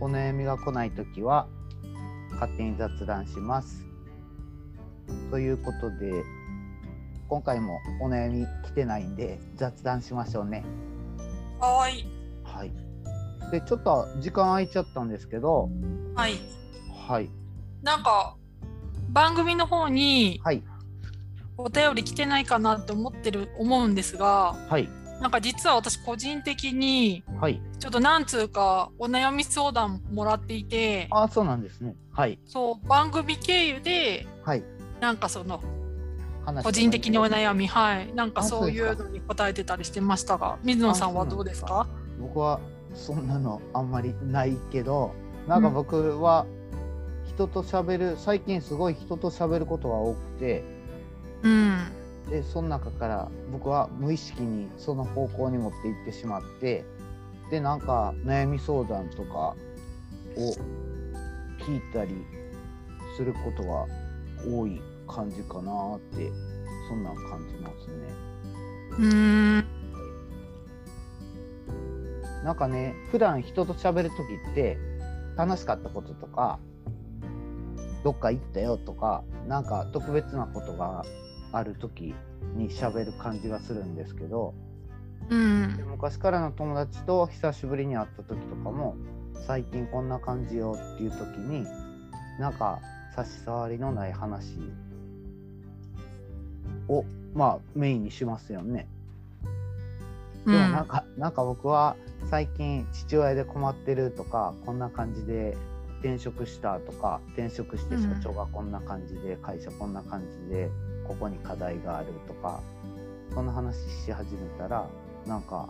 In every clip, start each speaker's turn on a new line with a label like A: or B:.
A: お悩みが来ないときは勝手に雑談しますということで今回もお悩み来てないんで雑談しましょうね
B: はーい。
A: はいでちょっと時間空いちゃったんですけど
B: はい。
A: はい
B: なんか番組の方に
A: はい
B: お便り来てないかなって思ってる思うんですが、
A: はい
B: なんか実は私個人的に
A: はい
B: ちょっとなんつうかお悩み相談もらっていて、
A: ああそうなんですねはい
B: そう番組経由で
A: はい
B: なんかその
A: 話
B: 個人的にお
A: い
B: 悩みはいなんか
A: あ
B: そうい
A: そう
B: う
A: です
B: のに答えてたりしてましたが、水野さんは
A: あそ
B: ど
A: うな
B: う
A: んで
B: ですす
A: か
B: か？
A: 僕はそんなのあんまりないけどなんか僕は人と喋る最近すごい人と喋ることが多くて
B: うん。
A: でその中から僕は無意識にその方向に持っていってしまってでなんか悩み相談とかを聞いたりすることが多い感じかなーってそんなん感じますね。
B: うーん。
A: なんかね普段人と喋る時って楽しかったこととかどっか行ったよとかなんか特別なことがある時に喋る感じがするんですけど
B: う
A: で
B: ん。
A: 昔からの友達と久しぶりに会った時とかも最近こんな感じよっていう時になんか差し障りのない話をまあメインにしますよね。
B: う
A: でもなん
B: ん。
A: か、なんか僕は最近父親で困ってるとかこんな感じで転職したとか転職して社長がこんな感じで、会社こんな感じでここに課題があるとかそんな話し始めたらなんか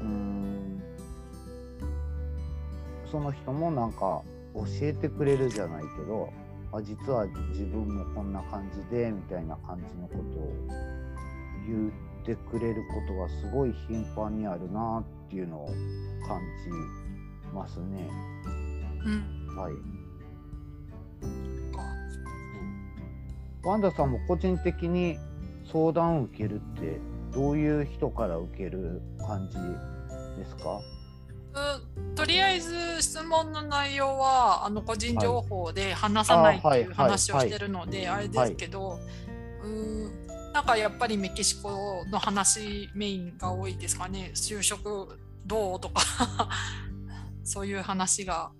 A: うーんその人もなんか教えてくれるじゃないけどあ実は自分もこんな感じでみたいな感じのことを言ってくれることがすごい頻繁にあるなっていうのを感じますね。
B: うん。
A: はい、ワンダさんも個人的に相談を受けるってどういう人から受ける感じですか
B: うんとりあえず質問の内容はあの個人情報で話さないって
A: はい
B: い
A: あは
B: う
A: い
B: 話を
A: はい
B: してるのであれですけど、うーんなんかやっぱりメキシコの話メインが多いですかね就職どうとか そういう話が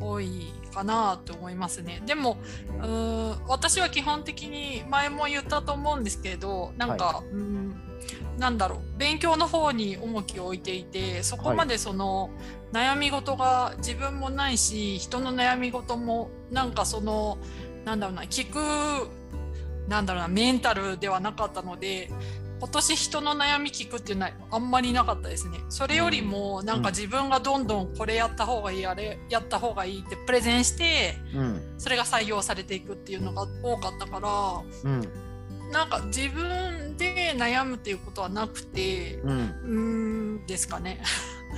B: 多いかなと思いますねでもうーん私は基本的に前も言ったと思うんですけどなんか、うーんなんだろう勉強の方に重きを置いていてそこまでその、悩み事が自分もないし人の悩み事もなんかそのなんだろうな聞くなんだろうなメンタルではなかったので今年人の悩み聞くっていうのはあんまりなかったですねそれよりもなんか自分がどんどんこれやった方がいいあれやった方がいいってプレゼンして
A: うん
B: それが採用されていくっていうのが多かったから
A: うん
B: なんか自分で悩むっていうことはなくて
A: うん
B: うーんですかね。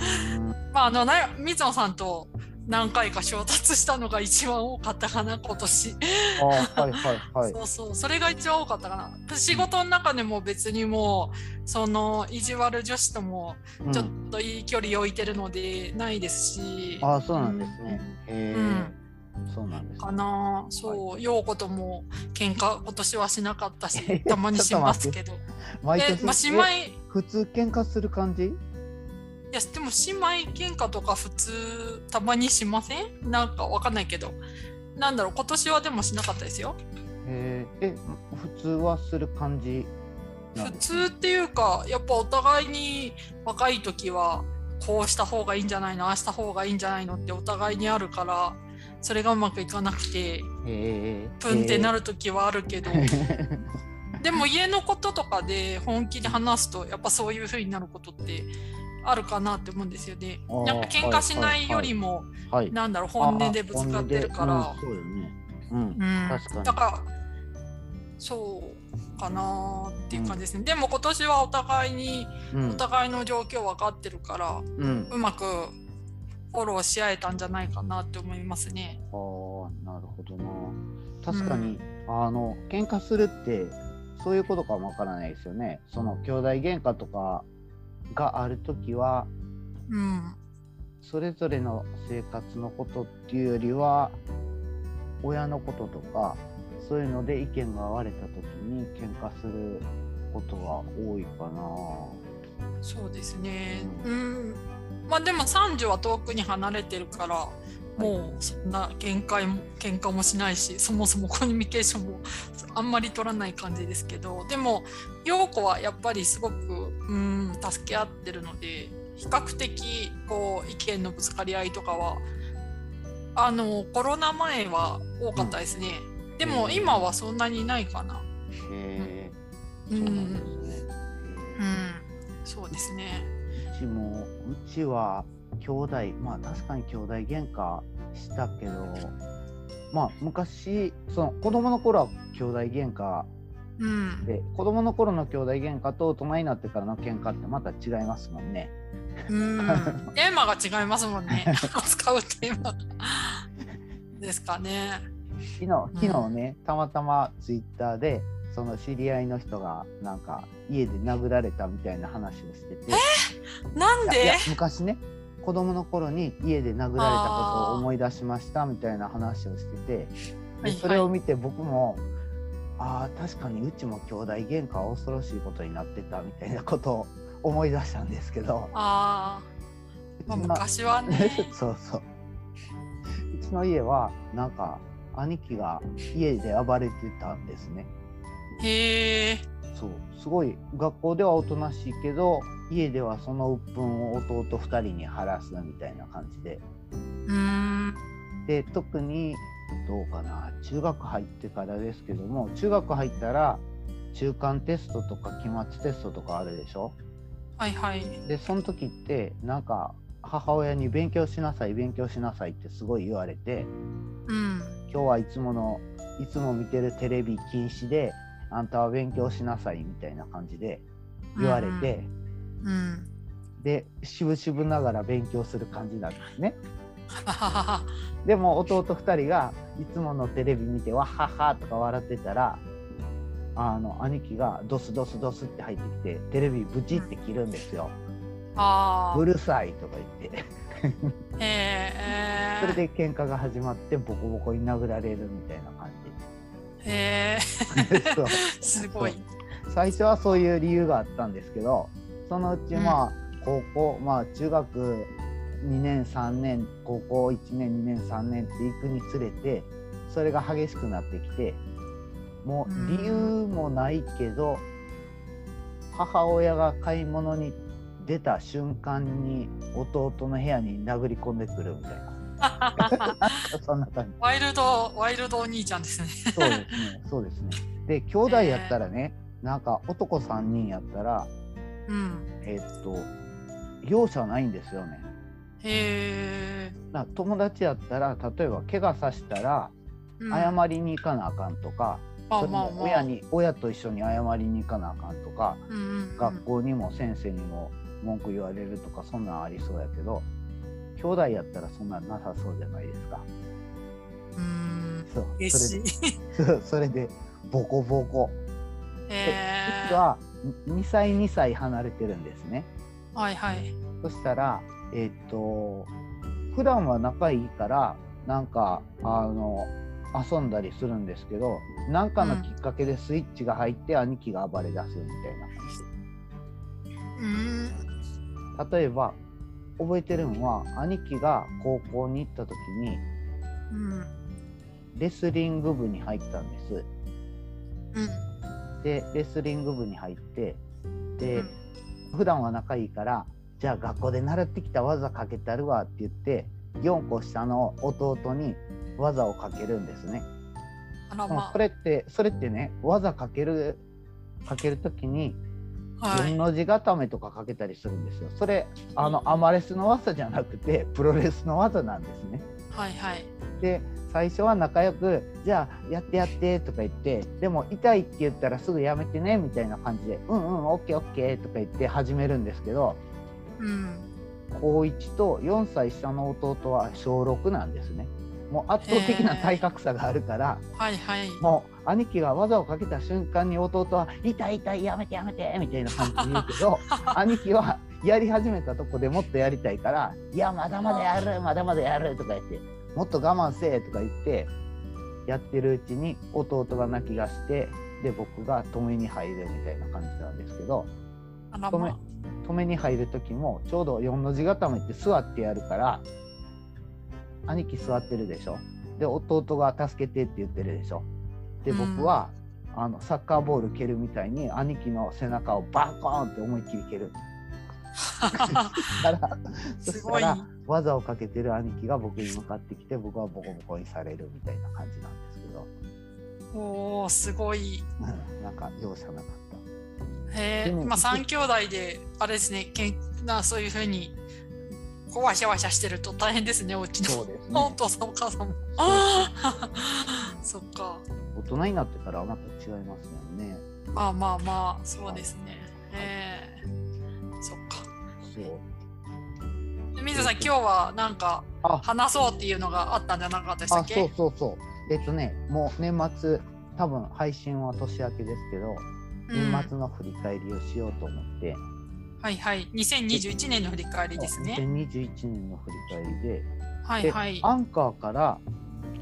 B: まああのな水野さんと何回か衝突したのが一番多かったかな今年、
A: あはいはいはい。
B: そうそうそれが一番多かったかな仕事の中でも別にもうその意地悪女子とも
A: うん
B: ちょっといい距離置いてるのでないですし、
A: あそうなんですね。へえ、そうなんです、
B: か
A: ね。
B: なそう陽子とも喧嘩今年はしなか ったしたまにしますけど
A: 毎
B: え、
A: 年
B: まあ、姉妹
A: え普通喧嘩する感じ？
B: いやでも姉妹喧嘩とか普通たまにしませんなんかわかんないけどなんだろう今年はでもしなかったですよ
A: へえ、え普通はする感じな
B: 普
A: んですね。
B: 通っていうかやっぱお互いに若い時はこうした方がいいんじゃないのああした方がいいんじゃないのってお互いにあるからそれがうまくいかなくて
A: へえ。
B: プンってな
A: る。
B: る時はあるけど、でも家のこととかで本気で話すとやっぱそういう風になることってあるかなって思うんですよね
A: あー。
B: やっぱ喧嘩しないよりも、
A: はい。
B: なんだろう本音でぶつかってるか
A: あ
B: ら
A: あ。本音でうんそうよね。
B: うん
A: 確かに
B: だからそうかなっていう感じですね、でも今年はお互いに、
A: うん。
B: お互いの状況分かってるから
A: うん。うん。
B: うまくフォローし合えたんじゃないかなって思いますね。
A: ああ、なるほどな。確かに、あの喧嘩するってそういうことかもわからないですよね。その兄弟喧嘩とかがあるときは
B: うん、
A: それぞれの生活のことっていうよりは親のこととかそういうので意見が割れた時に喧嘩することが多いかな。
B: そうですね、うん、まあでも三女は遠くに離れてるからもうそんな限界も喧嘩もしないしそもそもコミュニケーションもあんまり取らない感じですけどでも陽子はやっぱりすごくうん助け合ってるので比較的こう意見のぶつかり合いとかはあのコロナ前は多かったですね、でも今はそんなにないかな。
A: へえ、
B: う
A: そうなんんですね。へ
B: う
A: え
B: ん、そうですね。
A: うちもうちは兄弟まあ確かに兄弟喧嘩したけどまあ昔その子供の頃は兄弟喧嘩
B: うん、
A: で子供の頃の兄弟喧嘩と大人になってからの喧嘩ってまた違いますもんね。
B: うん、 テーマが違いますもんね。扱うテーマがですかね。
A: 昨日昨日ね、たまたまツイッターでその知り合いの人がなんか家で殴られたみたいな話をしてて、
B: なん
A: いやいや
B: で？
A: 昔ね子供の頃に家で殴られたことを思い出しましたみたいな話をしてて
B: はいは
A: で
B: い
A: それを見て僕も、ああ確かにうちも兄弟喧嘩は恐ろしいことになってたみたいなことを思い出したんですけど。
B: ああ、まあ
A: うちの。
B: 昔はね
A: そうそう。うちの家はなんか兄貴が家で暴れてたんですね。
B: へえ、
A: そうすごい学校ではおとなしいけど家ではその鬱憤を弟2人に晴らすみたいな感じで
B: うん、
A: で特にどうかな中学入ってからですけども中学入ったら中間テストとか期末テストとかあるでしょ
B: はいはい。
A: でその時ってなんか母親に勉強しなさい勉強しなさいってすごい言われて
B: うん、
A: 今日はいつものいつも見てるテレビ禁止であんたは勉強しなさいみたいな感じで言われて、
B: うん。
A: で渋々ながら勉強する感じなんですね
B: はははは
A: でも弟2人がいつものテレビ見て「わっはっは」とか笑ってたらあの兄貴がドスドスドスって入ってきてテレビブチって切るんですよ「
B: あ
A: う
B: あ、
A: るさい」とか言って
B: へえ。
A: それで喧嘩が始まってボコボコに殴られるみたいな感
B: へえ、
A: じそう
B: すごい。
A: 最初はそういう理由があったんですけどそのうちまあ高校、まあ中学2年3年高校1年2年3年って行くにつれてそれが激しくなってきてもう理由もないけど母親が買い物に出た瞬間に弟の部屋に殴り込んでくるみたいな そんな感じ。
B: ワイルド、ワイルドお兄ちゃんですね。
A: そうですね。そうですね。で、兄弟やったらね、なんか男三人やったら、
B: うん、
A: えっと、容赦ないんですよね。
B: へえ。
A: な友達やったら、例えば怪我させたら、
B: うん
A: 謝りに行かなあかんとか、
B: まあ
A: それ
B: まあ
A: も
B: まあ
A: 親に、親と一緒に謝りに行かなあかんとか、
B: うんうんうん
A: 学校にも先生にも文句言われるとか、そんなんありそうやけど、兄弟やったらそんなんなさそうじゃないですか。
B: うん、
A: そう。
B: 嬉
A: そ
B: し
A: れ
B: い
A: で。、そうそれで、ボコボコ。
B: へ
A: うち
B: え。
A: は2歳2歳離れてるんですね
B: はいはい。
A: そしたらえっと普段は仲いいからなんかあの遊んだりするんですけど何かのきっかけでスイッチが入って兄貴が暴れ出すみたい
B: うん。
A: な、例えば覚えてるのは兄貴が高校に行った時に
B: うん。
A: レスリング部に入ったんです
B: うん。
A: でレスリング部に入ってで、
B: うん
A: 普段は仲いいからじゃあ学校で習ってきた技かけたるわって言って4個下の弟に技をかけるんですね。
B: あら
A: でも
B: ま
A: それってそれってね技かけるかけるときに
B: は
A: 4
B: い。
A: の字固めとかかけたりするんですよ。それあのアマレスの技じゃなくてプロレスの技なんですね。
B: はいはい。
A: で最初は仲良く「じゃあやってやって」とか言ってでも痛いって言ったらすぐやめてねみたいな感じで「うんうんオッケーオッケー」とか言って始めるんですけど
B: うん。
A: 高1と4歳下の弟は小6なんですね。もう圧倒的な体格差があるから、
B: はいはい。
A: もう兄貴が技をかけた瞬間に弟は「痛い痛いやめてやめて」みたいな感じで言うけど兄貴はやり始めたとこでもっとやりたいから「いやまだまだやるまだまだやる」とか言って「もっと我慢せえ」とか言ってやってるうちに弟が泣き出してで僕が止めに入るみたいな感じなんですけど
B: あら
A: ごめん
B: ま。
A: 止めに入る時もちょうど4の字固めって座ってやるから兄貴座ってるでしょで弟が「助けて」って言ってるでしょで
B: うん
A: 僕は、あのサッカーボール蹴るみたいに兄貴の背中をバコーンって思いっきり蹴るからそ
B: す
A: し
B: ご
A: た
B: い。
A: ら技をかけてる兄貴が僕に向かってきて僕はボコボコにされるみたいな感じなんですけど、
B: おお、すごい。
A: うんなんか容赦なかった。
B: へえ、
A: でも
B: まあ三兄弟であれですね、けんなそういうふうにこうわしゃわしゃしてると大変ですね、おうちの。
A: そうです
B: お
A: ね
B: 父さんお母さんも。ああ、 そっか。
A: 大人になってからはまた違いますよね。
B: まあまあまあ、そうですね。ええそっか。
A: そう
B: で水野さん、今日はなんか
A: あ
B: 話そうっていうのがあったんじゃなかったでした
A: あ
B: っけ
A: そうそうそうえっとねもう年末多分配信は年明けですけど、
B: うん
A: 年末の振り返りをしようと思って、
B: はいはい。2021年の振り返りですね。
A: 2021年の振り返りで,、
B: はい
A: で
B: はい。
A: アンカーから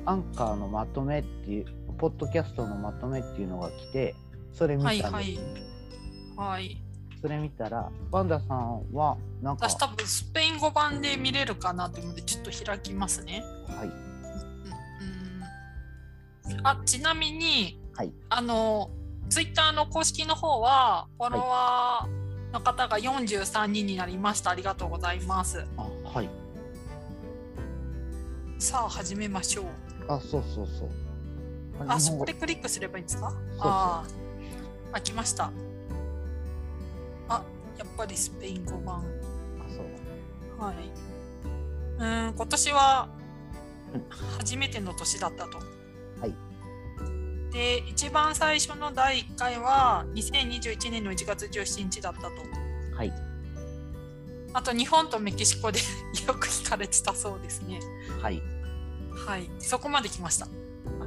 A: アンカーのまとめっていうポッドキャストのまとめっていうのが来てそれ見た
B: は
A: ん
B: い
A: です、
B: はい。はい。
A: それ見たらワンダさんはなんか
B: 私多分スペイン語版で見れるかなと思うので、ちょっと開きますね。
A: はい
B: うんうんあちなみに、
A: はい
B: あのツイッターの公式の方はフォロワーの方が43人になりましたありがとうございます
A: あはい
B: さあ始めましょう
A: あそうそうそう
B: あ
A: 日
B: そ
A: 本語
B: こでクリックすればいいんですか
A: そう
B: ああ開きましたあやっぱりスペイン語版
A: あそう
B: はいうーん今年は
A: うん
B: 初めての年だったと。
A: はい
B: で一番最初の第1回は2021年の1月17日だったと。
A: はい
B: あと日本とメキシコで よく聞かれてたそうですね。
A: はい
B: はい、そこまで来ました。
A: あ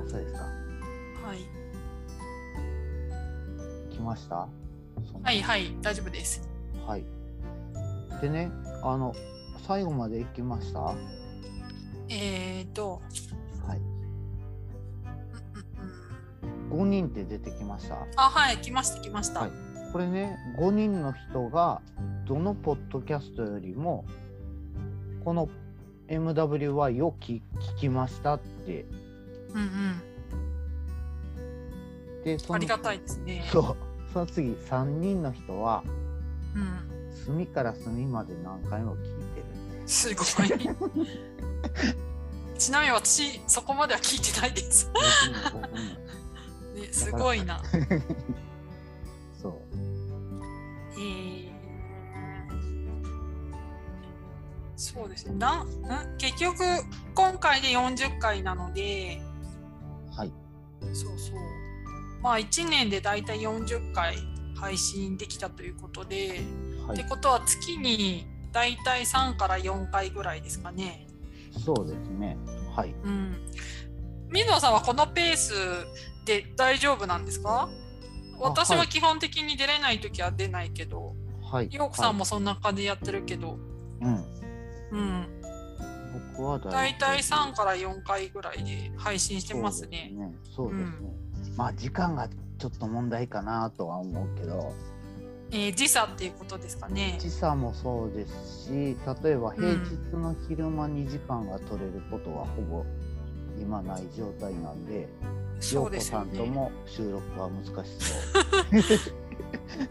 A: そうですか
B: はい、
A: 来ましたそんな
B: はい、はい大丈夫です。
A: はい。でね、あの、最後まで行きました。は
B: えーと、
A: い。
B: うんうんうん
A: 5人って出てきました。
B: あはい来ました来ました。
A: はいこれね、5人の人が、どのポッドキャストよりも、この MWY を聞聞きましたって。
B: うんうん
A: で、その
B: ありがたいですね。
A: そう。その次、3人の人は、
B: うん、
A: 隅から隅まで何回も聞いて る。
B: すごい。ちなみに私そこまでは聞いてないです。
A: 僕も僕も
B: ね、すごいな。
A: そう。
B: えーそうですね。なんん結局今回で40回なので、
A: はい。
B: そうそう。まあ1年でだいたい40回配信できたということで、
A: は
B: って
A: い。
B: ことは月にだいたい3から4回ぐらいですかね。
A: そうですね。はい。
B: うん。水野さんはこのペースで大丈夫なんですか？私
A: は
B: はい基本的に出れないときは出ないけど、
A: はい。
B: ようこさんもそんな感じでやってるけど、
A: はい。うん。
B: うん、
A: 僕は
B: 大体
A: 丈夫
B: 3から4回ぐらいで配信してますね。
A: そうですね。そうですねまあ時間がちょっと問題かなとは思うけど、
B: えー時差っていうことですかね。
A: 時差もそうですし、例えば平日の昼間に時間が取れることはほぼ今ない状態なんで、
B: そう
A: う
B: で
A: こ
B: す
A: さ
B: よ
A: んと
B: ね。
A: も収録は難し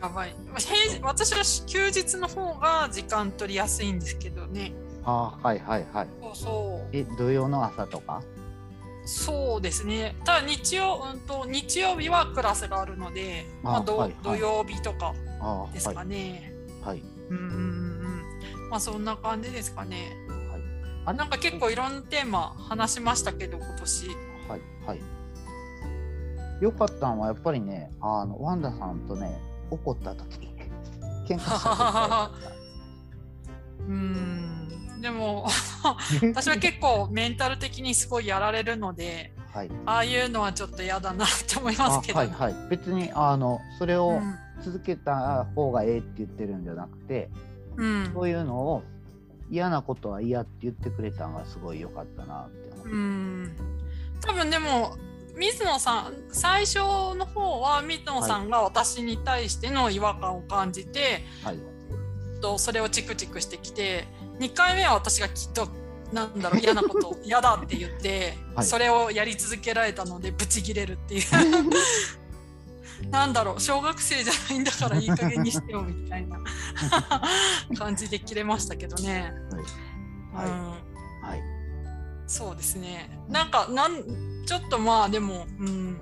B: やばい。まあ平日私は休日の方が時間取りやすいんですけどね。
A: そう。ああはいはいはい。
B: そうそう。
A: え土曜の朝とか？
B: そうですね。ただ日曜、うんと日曜日はクラスがあるので、
A: あ
B: まあど
A: はいはい
B: 土曜日とか
A: あ
B: です
A: あ
B: か
A: はい
B: ね。
A: はい
B: うんうんうん。まあそんな感じですかね。
A: あれ
B: なんか結構いろんなテーマ話しましたけど今 年。
A: はいはいよかったんはやっぱりねあのワンダさんとね怒った時喧嘩した
B: うん。でも
A: 時
B: 私は結構メンタル的にすごいやられるので、
A: はい
B: ああいうのはちょっと嫌だなって思い
A: あ
B: ますけど。
A: はいはい別にあのそれ
B: う
A: を
B: ん
A: 続けた方がええって言ってるんじゃなくて、
B: うん
A: そういうのを嫌なことは嫌って言ってくれたのがすごい良かったなって思う
B: うん多分でも水野さん最初の方は水野さんが私に対しての違和感を感じて、
A: はい
B: とそれをチクチクしてきて2回目は私がきっとなんだろう嫌なことを 嫌だって言って、
A: はい
B: それをやり続けられたのでブチギレるっていうなんだろう小学生じゃないんだからいい加減にしてよみたいな感じで切れましたけどね。
A: はい
B: うん
A: はい
B: そうですね。なんかなんちょっとまあでも、うん、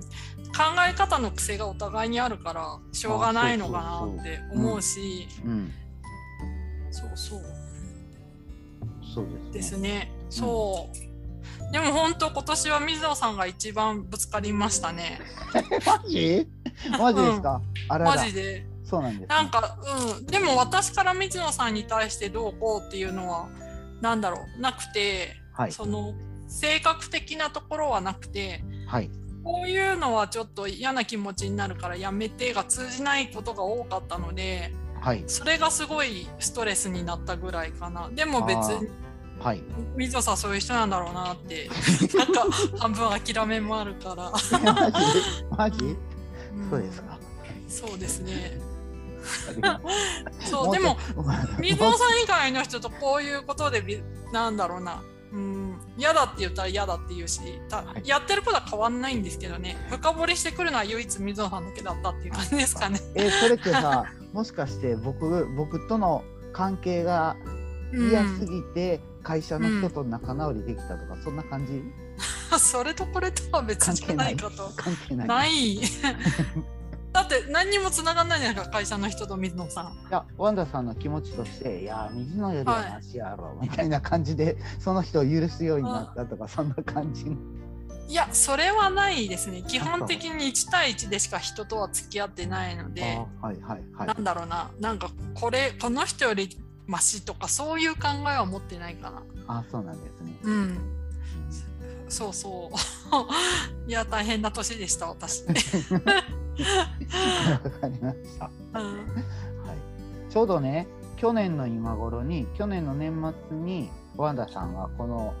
B: 考え方の癖がお互いにあるからしょうがないのかなって思うし、
A: うん
B: そうそう
A: そうで
B: ですす
A: ね
B: ね。そう。でも本当今年は水野さんが一番ぶつかりましたね。
A: マジ マジですか、あらら
B: マジで。
A: そうなんです、ね、
B: なんかうんでも私から水野さんに対してどうこうっていうのはなんだろうなくて、
A: はい
B: その性格的なところはなくて。
A: はい
B: こういうのはちょっと嫌な気持ちになるからやめてが通じないことが多かったので
A: はい
B: それがすごいストレスになったぐらいかなでも別に
A: はい
B: 水野さんそういう人なんだろうなって なんか半分諦めもあるから
A: マジ マジ
B: ん
A: そうです か
B: そうですね
A: も
B: そう
A: う
B: で
A: ち
B: も
A: ょっと
B: 水野さん以外の人とこういうことでびなんだろうなうん嫌だって言ったら嫌だって言うした、
A: はい
B: やってることは変わんないんですけどね深掘りしてくるのは唯一水野さんだけだったっていう感じですかね。
A: えそれってさもしかして僕僕との関係が
B: うん
A: 嫌すぎて会社の人と仲直りできたとか、そんな感じ
B: それとこれとは別
A: 関
B: じ
A: 係
B: ゃな
A: ないい
B: かと。
A: 関係ない
B: ないい。 だって何にもつながんないじゃないですか会社の人と水野さん。
A: やワンダさんの気持ちとしていや水野よりはマシやろ、みたいな感じでその人を許すようになったとかそんな感じ
B: いやそれはないですね。基本的に1対1でしか人とは付き合ってないので、
A: あはいはいはい
B: なんだろうななんかこれこの人よりマシとかそういう考えは持ってないかな。
A: あそうなんです ね
B: うん。そうそう。い や大変な年でした私。
A: わかりました、は
B: うん
A: い、ちょうどね去年の今頃に去年の年末にワンダさんがこの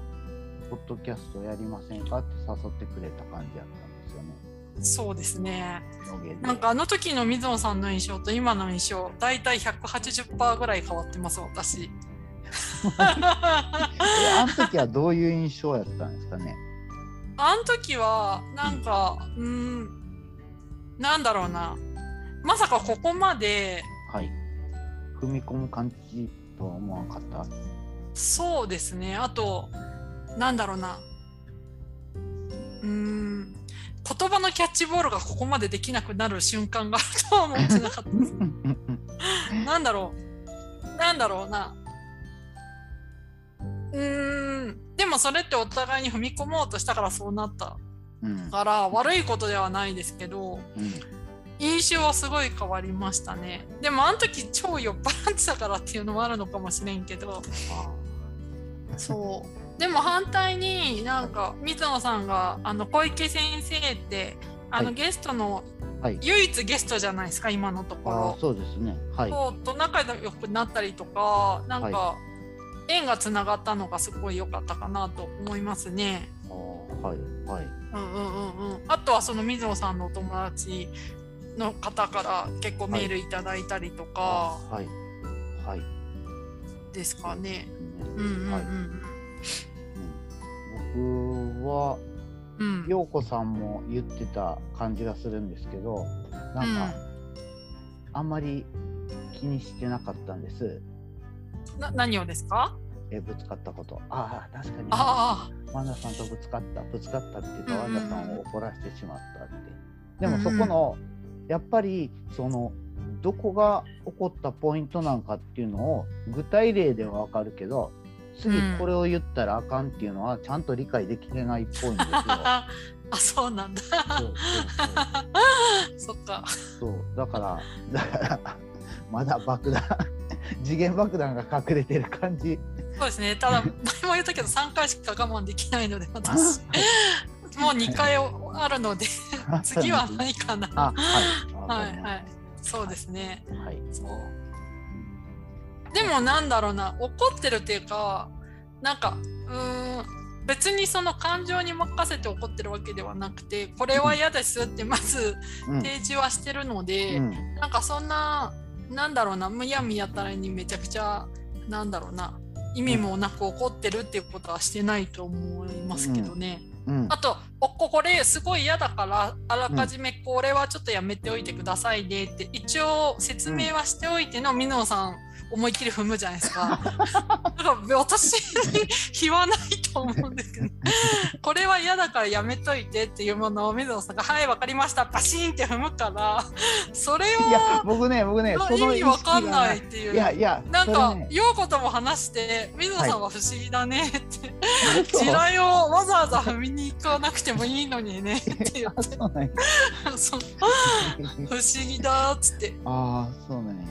A: ポッドキャストやりませんかって誘ってくれた感じやったんですよね
B: そうですね。
A: ロゲで
B: なんかあの時の水野さんの印象と今の印象だいたい180%ぐらい変わってます私あ
A: えあの時はどういう印象やったんですかね。
B: の時はなんかうんなんだろうなまさかここまで
A: はい。踏み込む感じとは思わんかった。
B: そうですねあとなんだろうなうん言葉のキャッチボールがここまでできなくなる瞬間があるとは思ってなかったです ねなんだろう、なんだろうな。うーん、でもそれってお互いに踏み込もうとしたからそうなった
A: うん。うん。
B: から、悪いことではないですけど、
A: うん
B: 印象はすごい変わりましたね。でもあの時超酔っ払ってたからっていうのもあるのかもしれんけど、そう。でも反対になんか水野さんがあの小池先生ってあ
A: は
B: の
A: い
B: ゲストの、
A: はい
B: 唯一ゲストじゃないですか今のところ
A: ああ、そうですね。はい。
B: そうと仲良くなったりとかなんか
A: は
B: 縁がつながったのがすごい良かったかなと思いますね。
A: ああはい。はい。
B: うんうんうんうん、あとはその水野さんのお友達の方から結構メールいただいたりとか
A: はい。はい。
B: ですかね。うんうんうん
A: ねはい。うん僕は、
B: うんうん
A: 陽子さんも言ってた感じがするんですけど、なんか、あんまり気にしてなかったんです。
B: うんな何をですか
A: えぶつかったことああ確かに
B: あ
A: ワンダさんとぶつかったぶつかったっていうか、
B: うん
A: ワ
B: うん
A: ンダさんを怒らせてしまったってでもそこの、やっぱりそのどこが起こったポイントなんかっていうのを具体例ではわかるけど次
B: うん
A: これを言ったらあかんっていうのはちゃんと理解できてないっぽい んですよ。
B: ああそうなんだ
A: そうそうそう
B: そっか
A: そうだからだからまだ爆弾 次元爆弾が隠れてる感じ
B: そうですねただ前も言ったけど3回しか我慢できないので 私もう2回あるので 次はないかな
A: あ
B: は
A: はい
B: はいそうですね
A: いはい
B: そうでもなんだろうな怒ってるっていうかなんかうーん別にその感情に任せて怒ってるわけではなくてこれは嫌ですってまず
A: うん
B: 提示はしてるので、
A: うん
B: なんかそんな、なんだろうな、むやみやたらにめちゃくちゃ、なんだろうな、意味もなく怒ってるっていうことはしてないと思いますけどね。
A: うん
B: あと、おここれすごい嫌だから、あらかじめこれはちょっとやめておいてくださいねって、一応説明はしておいての、みのさん、思いっきり踏むじゃないですか。だから私に言わないと思うんですけど、これは嫌だからやめといてっていうものを水野さんが「はいわかりました」パシーンって踏むからそれを
A: いや僕ね僕ねそ
B: 意
A: の
B: 味わかんないってい
A: 意
B: う
A: 識がないいやいや
B: なん
A: そ
B: か
A: れね
B: 陽子とも話して水野さんは不思議だねって、
A: 嘘
B: 地雷をわざわざ踏みに行かなくてもいいのにねって 言っ
A: あそうなんや
B: てそう不思議だっつって
A: あーそうなんや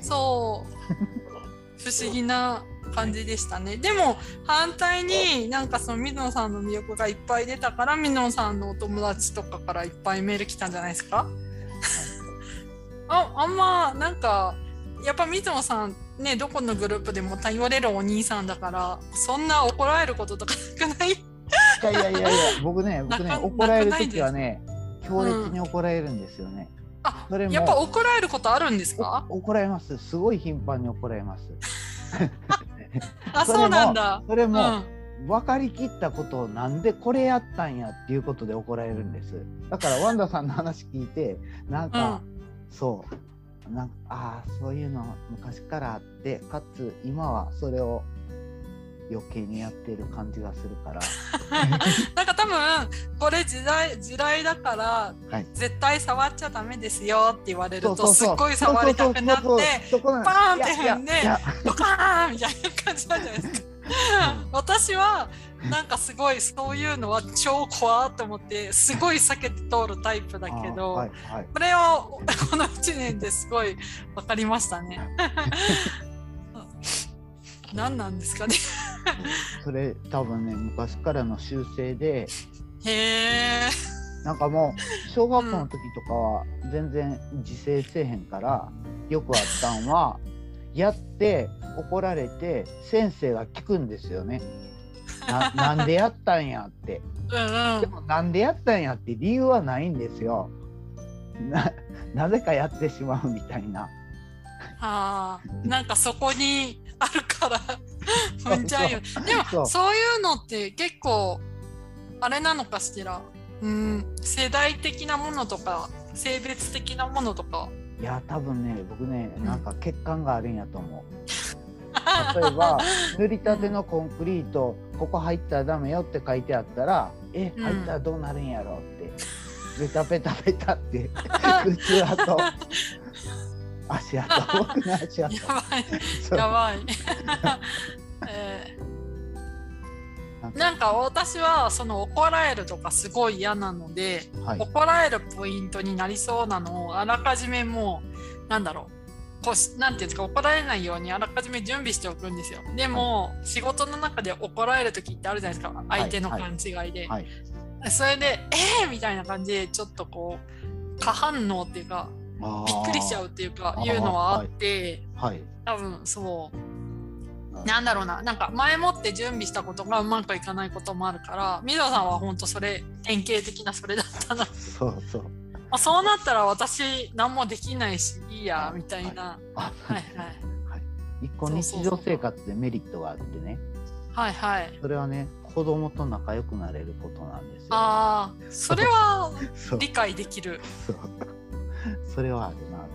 B: そう不思議な感じでしたねでも反対になんかその水野さんの魅力がいっぱい出たから水野さんのお友達とかからいっぱいメール来たんじゃないですか ああんまなんかやっぱ水野さんねどこのグループでも頼れるお兄さんだからそんな怒られることとかなくない
A: いやいやいやいや僕ね僕ね
B: なか
A: 怒られる
B: なくない
A: 時はね強烈に怒られるんですよね、
B: あ
A: それも
B: やっぱ怒られることあるんですか
A: お怒られますすごい頻繁に怒られます
B: あ
A: それも
B: そうなんだ
A: それ
B: うん
A: も、
B: あ
A: 分かりきったことをなんでこれやったんやっていうことで怒られるんですだからワンダさんの話聞いてなんか、そうなんかああそういうの昔からあってかつ今はそれを余計にやってる感じがするから
B: なんか多分これ時代時代だから
A: はい
B: 絶対触っちゃダメですよって言われる
A: そうそ
B: と
A: う
B: す
A: そう
B: っごい触りたくなって
A: そうそうそうそこなんです
B: パーンって踏んで
A: いやいやい
B: ドカーンみたいな感じなんじゃないですか。私はなんかすごいそういうのは超怖っと思ってすごい避けて通るタイ プだ
A: や
B: け
A: あー
B: ど、
A: はいはい
B: これをこの1年ですごい分かりまし たね。何なんですかね。
A: それ多分ね昔からの習性で
B: へえ。
A: なんかも う小学校の時とかは全然自制せえへんから、よくあったんはやって怒られて先生が聞くんですよね。な なんでやったんやって
B: うんう
A: で
B: ん。
A: もなんでやったんやって理由はないんですよ。ななぜかやってしまうみたいな。
B: あーなんかそこにある から踏んじゃうよ。で
A: そ
B: も
A: う
B: そういうのって結構あれなのかしら。うん世代的なものとか性別的なものとか。
A: いや多分ね僕ね
B: うん
A: なんか欠陥があるんやと思う。 例えば塗りたてのコンクリートここ入ったらダメよって書いてあったらえ
B: うん
A: 入ったらどうなるんやろうって、ベタベタベタって 靴跡足跡僕の足跡
B: やばい。
A: そう
B: やばい。えーなんか私はその怒られるとかすごい嫌なので、
A: はい
B: 怒られるポイントになりそうなのをあらかじめもうなんだろうこうしなんていうんですか怒られないようにあらかじめ準備しておくんですよでも、仕事の中で怒られる時ってあるじゃないですか相手の
A: はい
B: 勘違いで、
A: はい
B: それで「えー!」みたいな感じでちょっとこう過反応っていうかびっくりしちゃうっていうか
A: あー
B: いうのはあって。
A: あーはい
B: 多分そう
A: うん
B: なんだろうななんか前もって準備したことがうまくいかないこともあるから水野さんは本当それ典型的なそれだったなま
A: そうそう
B: あそうなったら私何もできないしいいやみたいな
A: あ
B: はい
A: 一個日常生活でメリットがあってね
B: はいはいはい
A: それはね子供と仲良くなれることなんですよ
B: ああそれは
A: そう
B: 理解できる
A: そうそれはあるなって思う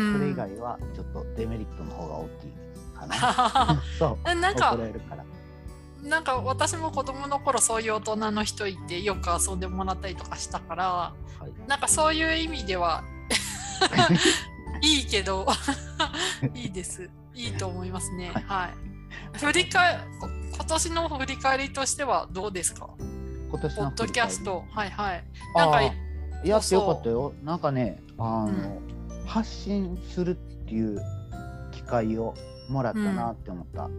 B: うん
A: それ以外はちょっとデメリットの方が大きい。かなそう
B: え なんか
A: 怒られるから
B: なんか私も子供の頃そういう大人の人いてよく遊んでもらったりとかしたから
A: はい
B: なんかそういう意味ではいいけどいいですいいと思いますねはい振り返こ今年の振り返りとしてはどうですか
A: 今年
B: ポ
A: の
B: ッ
A: 振
B: ド
A: り
B: キ
A: 返
B: ャ
A: り
B: ストはいはいなんか
A: あーやって
B: そう
A: よ
B: そう
A: かったよなんかねあの、発信するっていう機会をもらったなって思った、
B: う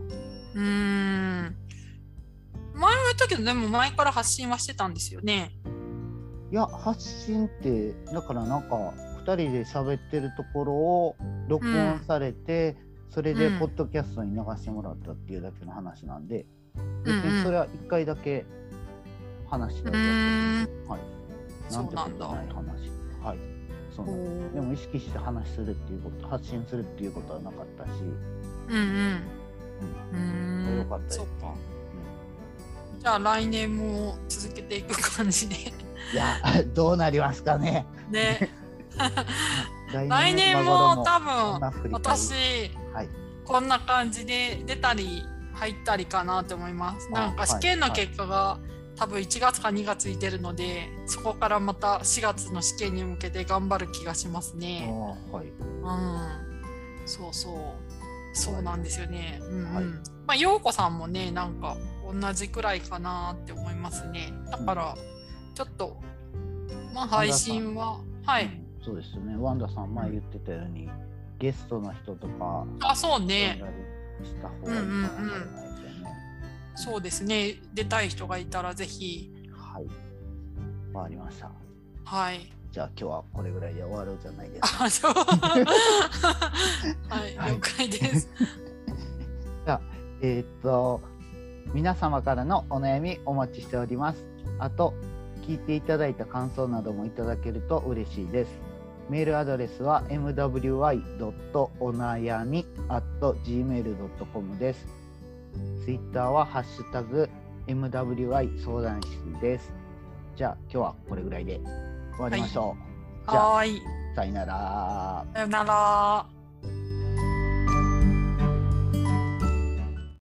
B: ーん前も言ったけどでも前から発信はしてたんですよね
A: いや発信ってだからなんか2人で喋ってるところを録音されて、それで
B: うん
A: ポッドキャストに流してもらったっていうだけの話なんで、
B: うんうん
A: 別にそれは1回だけ話し
B: う
A: ただけだ
B: ーん
A: った
B: そうなん
A: てこ
B: だ
A: とない話はいそうなんですで
B: う
A: も意識して話するっていうこと発信するっていうことはなかったし、
B: んうんう
A: うん
B: ー
A: よ
B: ん
A: かったよ
B: そっかじゃあ来年も続けていく感じで
A: いやどうなりますかね
B: ね
A: 来
B: 来年
A: 今頃
B: も
A: こ
B: 多
A: ん
B: 分
A: な振り返り
B: 私
A: はい
B: こんな感じで出たり入ったりかなと思います
A: あ
B: なん
A: は
B: か
A: い
B: 試験の結果が多分1月か2月に出るのでそこからまた4月の試験に向けて頑張る気がしますね。
A: あーはい
B: うん、そうそう、そうなんですよね。うんうん
A: はい
B: まあ、陽子さんもね、なんか同じくらいかなって思いますね。だから、ちょっと、まあ、配信は、はい。
A: うんそうですよね。ワンダさん前言ってたように、ゲストの人とか
B: あ、そう
A: 呼ん
B: ね
A: だ、りした方がいいかもしれないですよね。
B: そうですね、出たい人がいたら、ぜひ、
A: はい。わかりました。
B: はい。
A: じゃあ今日はこれぐらいで終わろうじゃないですか。
B: あ、そう。はい、
A: はい
B: 了解です。
A: えーっと皆様からのお悩みお待ちしております。あと聞いていただいた感想などもいただけると嬉しいです。メールアドレスは mwy.onayami.gmail.com です。ツイッターはハッシュタグ mwy 相談室です。じゃあ今日はこれぐらいで終わりましょう。じゃあ
B: はーい、
A: さよなら。
B: さよなら。